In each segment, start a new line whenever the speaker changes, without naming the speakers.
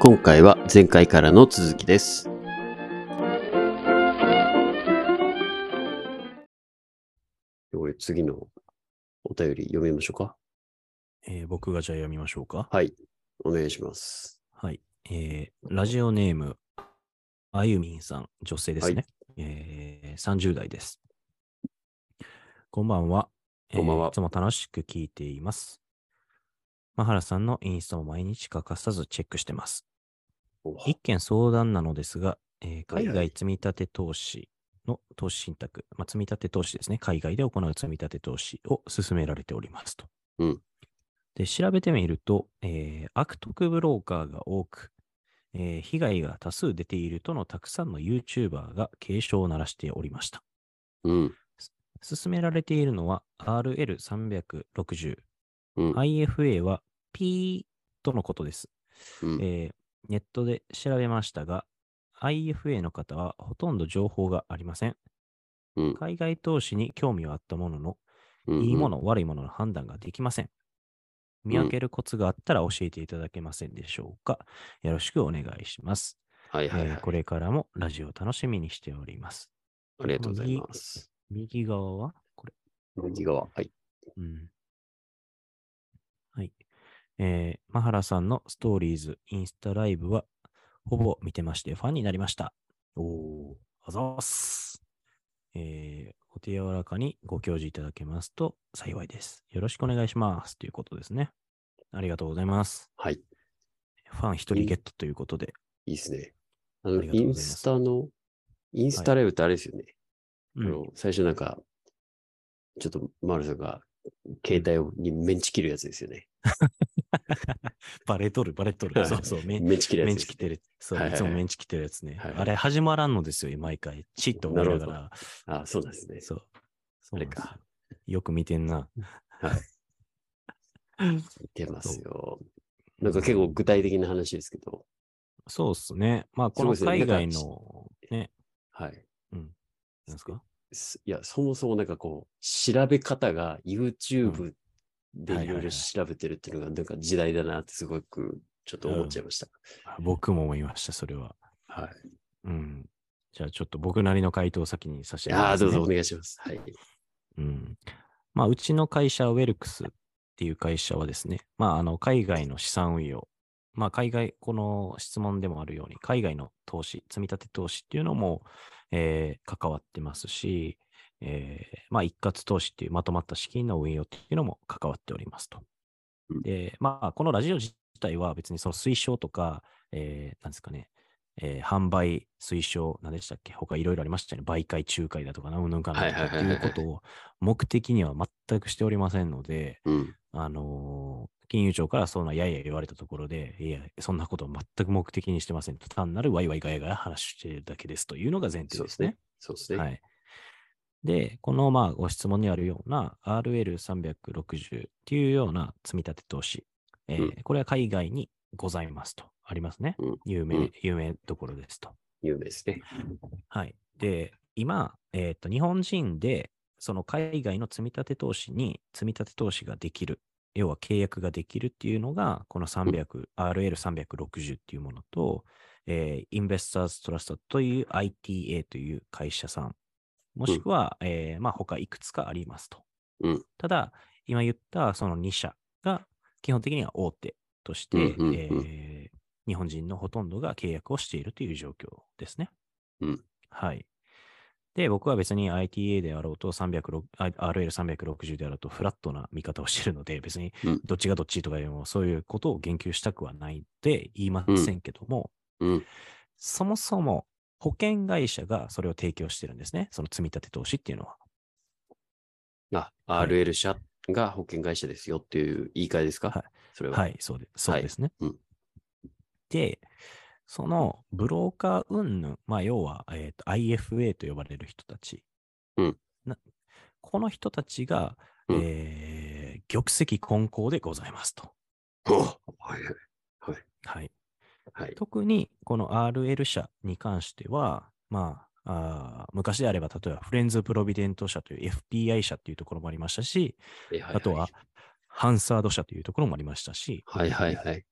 今回は前回からの続きです。俺、次のお便り読みましょうか。
えー僕がじゃあ読みましょうか。
はい。お願いします。
はい。えーラジオネーム、あゆみんさん、女性ですね。えー30代です。こんばんは。えー
こんばんはい
つも楽しく聞いています。マハラさんのインスタを毎日欠かさずチェックしてます。
お
一件相談なのですが、えー
はい
海外積立投資の投資信託、まあ、積立投資ですね、海外で行う積立投資を進められておりますと。
うん
で調べてみると、えー悪徳ブローカーが多く、えー被害が多数出ているとのたくさんの YouTuber が警鐘を鳴らしておりました。
うん。
進められているのは RL360、
うん。
IFA は P とのことです。
うん
えーネットで調べましたが、IFA の方はほとんど情報がありません。
うん
海外投資に興味はあったものの、
うん
いいもの、悪いものの判断ができません。見分けるコツがあったら教えていただけませんでしょうか。よろしくお願いします。
はいはい、
え
は
ー
い
これからもラジオ楽しみにしております。
ありがとうございます。
右側はこれ。
右側。はい。
うん。はい。えー、マハラさんのストーリーズ、インスタライブは、ほぼ見てまして、ファンになりました。おお、あざーす。えー、お手柔らかにご教示いただけますと幸いです。よろしくお願いします。ということですね。ありがとうございます。
はい。
ファン一人ゲットということで。
いいですね。あの、
ありがと
イ
うご
ン
ざいます
スタの、インスタライブってあれですよね。
うん
あの最初なんか、ちょっとマルさんが携帯をにメンチ切るやつですよね。
バレとる、バレと
は
る。
い
そうそう、メン
メンチ切る
メ
や
ン
つです
チ来。てる。そう、
はい
い
はいはい
つもメンチ来てるやつね。
はいはい
あれ始まらんのですよ、毎回。チッと思いな
な
が
るほ
ら。
あ、そうなんですね。
そう。そ
あ
う
れ
なんですよ
か。
よく見てんな。
出ますよ。なんか結構具体的な話ですけど。
そうっすね。まあ、この
そうです
海
ね
外の、ね、
はい。
うん。なんですか
すいや、そもそもなんかこう、調べ方が YouTube で
はいい
ろ
はいいは
ろ
い
調べてるっていうのがなんか時代だなってすごくちょっと思っちゃいました。
あ僕も思いました、それは。
はい。
うん。じゃあ、ちょっと僕なりの回答を先にさせてもらい
あ
ま
あ、
す
ど
ね
うぞお願いします。はい。
うん。まあ、うちの会社、ウェルクスっていう会社はですね、まあ、あの、海外の資産運用、まあ、海外、この質問でもあるように、海外の投資、積み立て投資っていうのも、えー関わってますし、えーまあ、一括投資っていうまとまった資金の運用っていうのも関わっておりますと
うん。
で、まあ、このラジオ自体は別にその推奨とか、えーなんですかね、えー販売、推奨、何でしたっけ他いろいろありましたよね。媒介、仲介だとか、うんぬんかんだとかっていうことを目的には全くしておりませんので、
うん。
あのー金融庁からそんなやいや言われたところで、いや、そんなことを全く目的にしてませんと、単なるワイワイガヤガヤ話してるだけですというのが前提
そう
で
ですす
ね
ね。。そうですね。
はい。で、このまあご質問にあるような RL360 っていうような積み立て投資、えー
う
これは海外にございますと、ありますね
うん。
有
う
名
ん、
有名どころですと。
有名ですね。
はい。で、今、えっ、と、日本人で、その海外の積み立て投資に積み立て投資ができる、要は契約ができるっていうのが、この300、RL360 っていうものと、えー、インベスターズトラストという ITA という会社さん、もしくは、えーまあ、他いくつかありますと。
うん
ただ、今言ったその2社が、基本的には大手として、
うんうんうん
えー日本人のほとんどが契約をしているという状況ですね。
うん
はい。で、僕は別に ITA であろうと、306 RL360 であろうと、フラットな見方をしているので、別に
うん
どっちがどっちとかいうのそういうことを言及したくはないで言いませんけども、
うん。
そもそも保険会社がそれを提供してるんですね。その積み立て投資っていうのは。
あ、
はい
RL 社が保険会社ですよっていう言い換えですか
はい
それは。
はい、そうでそうですね。
うん
で、そのブローカー云々、まあ、要は、えーと IFA と呼ばれる人たち、
うん
なこの人たちが、
うん
えー玉石混交でございますと。
おはいはい。
はい、
はい。
特にこの RL 社に関しては、まあ、あー昔であれば、例えばフレンズ・プロビデント社という FPI 社というところもありましたし、
えいいい
あとは、ハンサード社というところもありましたし、
はいはいはい。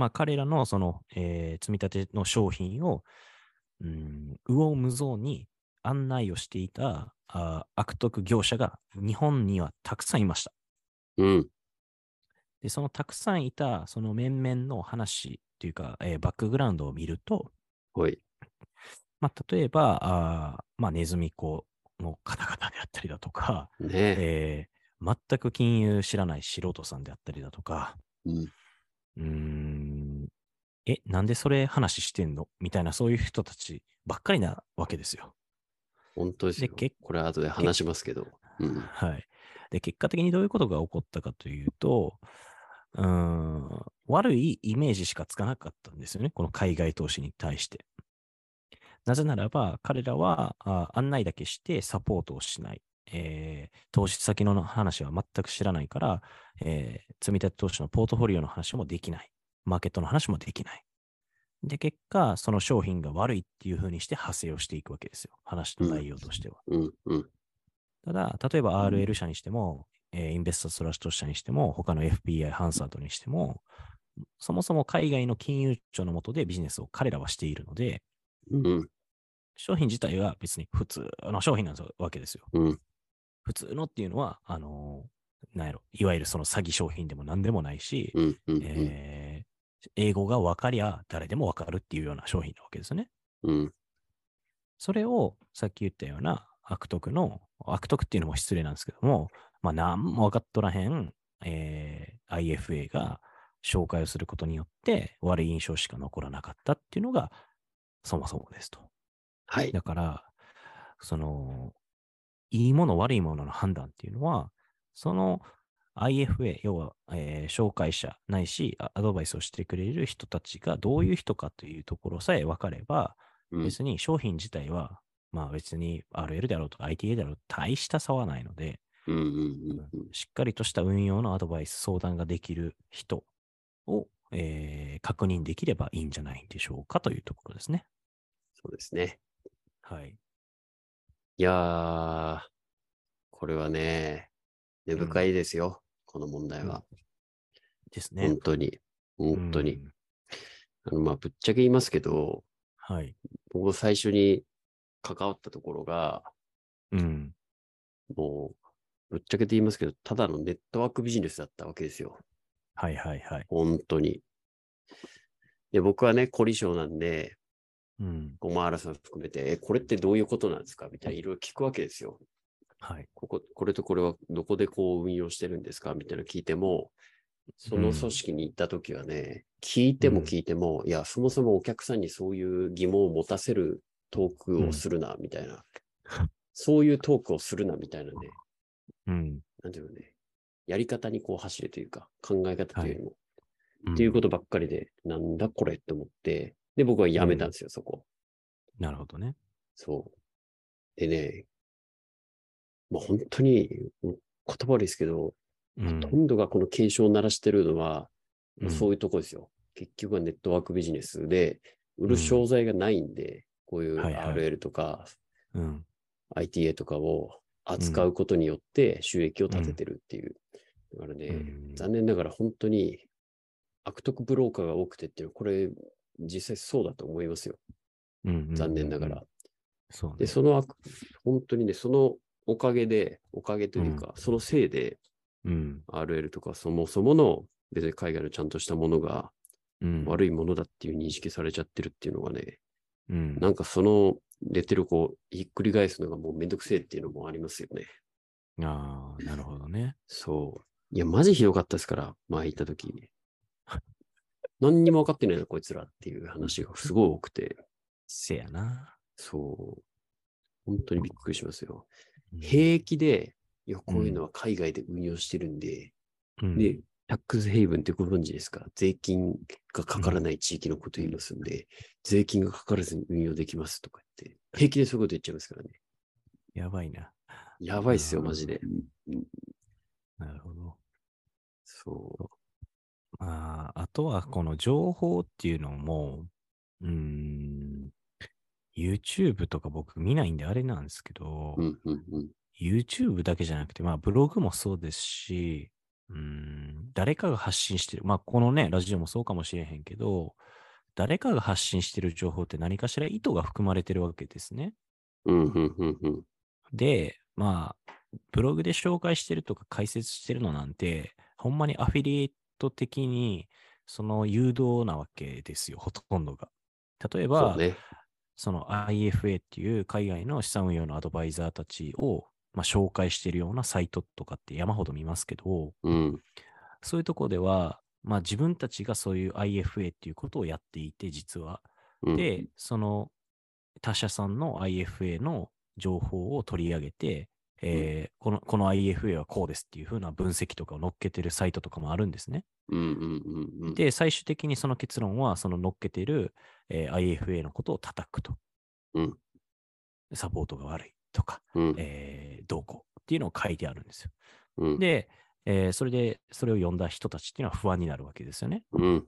まあ、彼らのその、えー積み立ての商品を、うん、右往無造に案内をしていたあー悪徳業者が日本にはたくさんいました。
うん。
で、そのたくさんいたその面々の話というか、えーバックグラウンドを見ると、
はい。
まあ、例えば、あーまあ、ネズミ子の方々であったりだとか、
ね
えー全く金融知らない素人さんであったりだとか、
うん。
うーん、え、なんでそれ話してんのみたいな、そういう人たちばっかりなわけですよ。
本当ですよ
で結。
これは後で話しますけど。うん。
はい。で、結果的にどういうことが起こったかというと、うーん、悪いイメージしかつかなかったんですよね。この海外投資に対して。なぜならば、彼らはあ案内だけしてサポートをしない。えー投資先の話は全く知らないから、えー積み立て投資のポートフォリオの話もできない。マーケットの話もできない。で、結果、その商品が悪いっていうふうにして派生をしていくわけですよ。話の内容としては。
うん。うん。
ただ、例えば RL 社にしても、えーインベストストラスト社にしても、他の FBI ハンサートにしても、そもそも海外の金融庁の下でビジネスを彼らはしているので、
うん。
商品自体は別に普通の商品なんですわけですよ。
うん
普通のっていうのは、あのーなんやろ、いわゆるその詐欺商品でも何でもないし、
うん。うん。うん
えー英語が分かりゃ誰でも分かるっていうような商品なわけですよね。
うん。
それをさっき言ったような悪徳の、悪徳っていうのも失礼なんですけども、まあ、なんも分かっとらへん、えー IFA が紹介をすることによって悪い印象しか残らなかったっていうのがそもそもですと。
はい。
だから、その、いいもの悪いものの判断っていうのは、その IFA、要は、えー紹介者ないし、あアドバイスをしてくれる人たちがどういう人かというところさえ分かれば、
うん。
別に商品自体は、まあ別に RL であろうと ITA であろうと大した差はないので、
うん。うん。うん
しっかりとした運用のアドバイス、相談ができる人を、えー確認できればいいんじゃないでしょうかというところですね。
そうですね。
はい。
いやー、これはね、根深いですよ。この問題は。
ですね
本。当に。本当
う
に。
ん
あの、まあ、ぶっちゃけ言いますけど、
はい。
僕が最初に関わったところが、
うん。
もう、ぶっちゃけて言いますけど、ただのネットワークビジネスだったわけですよ。
はいはいはい。
本当に。で、僕はね、凝り性なんで、
うん。
ごま原さん含めて、え、これってどういうことなんですかみたいないろいろ聞くわけですよ。
はい。
ここ、これとこれはどこでこう運用してるんですかみたいなの聞いても、その組織に行った時はね、聞いても聞いても、いや、そもそもお客さんにそういう疑問を持たせるトークをするな、みたいな。そういうトークをするな、みたいなね。
うん。
なんていうのね。やり方にこう走れというか、考え方というよりも、
ん
っていうことばっかりで、なんだこれって思って、で、僕は辞めたんですよ、そこ。
なるほどね。
そう。でね、まあ本当に、もう言葉悪いですけど、
うん
ほとんどがこの警鐘を鳴らしてるのは、
うん
そういうとこですよ。結局はネットワークビジネスで、売る商材がないんで、こういう
はいはい
RL とか
うん。
ITA とかを扱うことによって収益を立ててるっていう。だから
う
ね、
ん
残念ながら本当に悪徳ブローカーが多くてっていうのは、これ実際そうだと思いますよ。
うん
残念ながら。。
そうね。
で、その悪、本当にね、そのおかげで、おかげというか、そのせいで、
うん。
RL とかそもそもの、別に海外のちゃんとしたものが
うん。
悪いものだっていう認識されちゃってるっていうのがね、
うん。
なんかそのレテルをひっくり返すのがもうめんどくせえっていうのもありますよね。
ああ、なるほどね。
そう。いや、マジひどかったですから、前行った時 何にも分かってないな、こいつらっていう話がすごい多くて、
せやな。
そう。本当にびっくりしますよ。
うん
平気で、いや、こういうのは海外で運用してるんで、
うん
で、タックスヘイブンってご存知ですか税金がかからない地域のこと言いますんで、税金がかからずに運用できますとか言って、平気でそういうこと言っちゃいますからね。
やばいな。
やばいっすよ、
うん
マジで。
なるほど。
そ
まあ、あとはこの情報っていうのも、うーん、YouTube とか僕見ないんであれなんですけど、
う。うん、うん、うん。
YouTube だけじゃなくて、まあブログもそうですし、うーん、誰かが発信してる。まあ、このね、ラジオもそうかもしれへんけど、誰かが発信してる情報って何かしら意図が含まれてるわけですね。
うん、うん、うん、うん。
で、まあ、ブログで紹介してるとか解説してるのなんて、ほんまにアフィリエイト的に、その誘導なわけですよ、ほとんどが。例えば、
そうね。
その IFA っていう海外の資産運用のアドバイザーたちを、まあ、紹介してるようなサイトとかって山ほど見ますけど、
うん、
そういうとこでは、まあ、自分たちがそういう IFA っていうことをやっていて、実は。
うん。
で、その他社さんの IFA の情報を取り上げて、えーこのこの IFA はこうですっていう風な分析とかを載っけてるサイトとかもあるんですね。
うん、うん、うん、うん。、
で、最終的にその結論は、その載っけてる、えー IFA のことを叩くと。
うん
サポートが悪いとか、
うん、
えーどうこうっていうのを書いてあるんですよ。
うん、
で、えーそれで、それを読んだ人たちっていうのは不安になるわけですよね。
うん、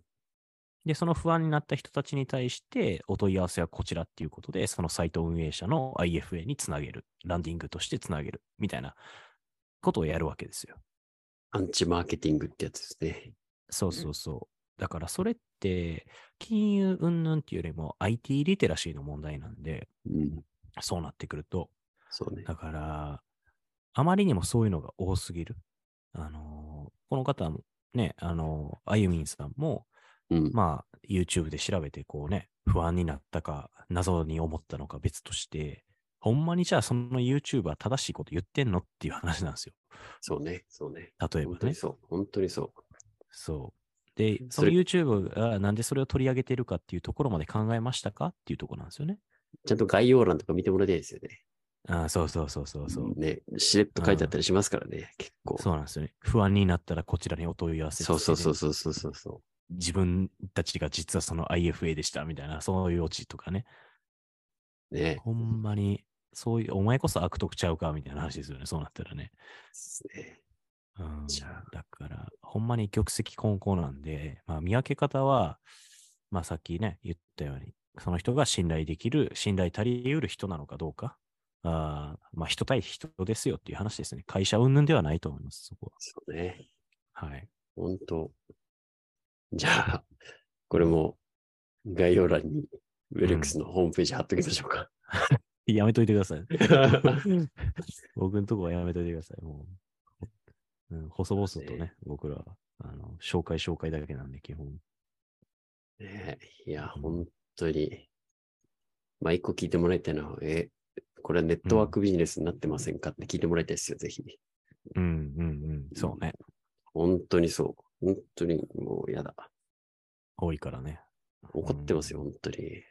で、その不安になった人たちに対して、お問い合わせはこちらっていうことで、そのサイト運営者の IFA につなげる、ランディングとしてつなげる、みたいなことをやるわけですよ。
アンチマーケティングってやつですね。
そうそうそう。だからそれって、金融云々っていうよりも IT リテラシーの問題なんで、
うん、
そうなってくると。
そうね。
だから、あまりにもそういうのが多すぎる。あのーこの方もね、あのーあゆみんさんも、
うん、
まあ、YouTube で調べて、こうね、不安になったか、謎に思ったのか別として、ほんまにじゃあその YouTuber 正しいこと言ってんのっていう話なんですよ。
そうね、そうね。
例えば
本当
ね
に。そう、本当にそ
そう。で、
そ
その
れ
YouTube がなんでそれを取り上げてるかっていうところまで考えましたかっていうところなんですよね。
う。ちゃんと概要欄とか見てもらいたいですよね。
ああ、そうそうそうそうそう。
ね、しれっと書いてあったりしますからね、結構。
そうなんですよね。不安になったらこちらにお問い合わせ
そうそうそううそうそうそうそ
自分たちが実はその IFA でしたみたいな、そういうオチとかね。
う。ね。
ほんまに、そういう、お前こそ悪徳ちゃうかみたいな話ですよね。そうなったらね。
ですね。
うん
じゃあ
だから、ほんまに玉石混交なんで、まあ、見分け方は、まあ、さっきね、言ったように、その人が信頼できる、信頼足り得る人なのかどうか、あーまあ、人対人ですよっていう話ですね。会社云々ではないと思います、そこ
そうね。
は。はい。
本当。じゃあ、これも概要欄にウェルクスのホームページ貼っときましょうか。
やめといてください。僕のとこはやめといてください。もう、うん、細々とね、僕らは、あの、紹介紹介だけなんで、基本。
ねえいや、本当に。まあ、一個聞いてもらいたいのは、え、これはネットワークビジネスになってませんかって聞いてもらいたいですよ、ぜひ。
うん、うん、うん。そうね。
本当にそう。本当にもうやだ。
多いからね。
怒ってますよ、本当に。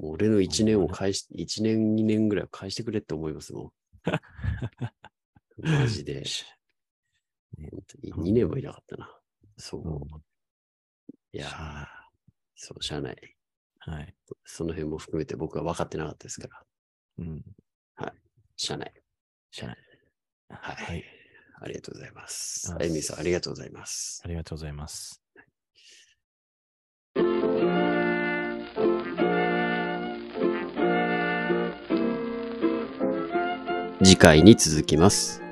もう俺の1年を返し、1年、2年ぐらいを返してくれって思いますも ん。マジで。
し
本当に2年もいなかったな。そう。いや
しゃあ
ーそう、しゃあない。
はい。
その辺も含めて僕は分かってなかったですから、
うん。
しゃあない。
しゃあない。
はい。
はい
ありがとうございます
あ。
あゆみさん、ありがとうございます
あ。りがとうございます。
次回に続きます。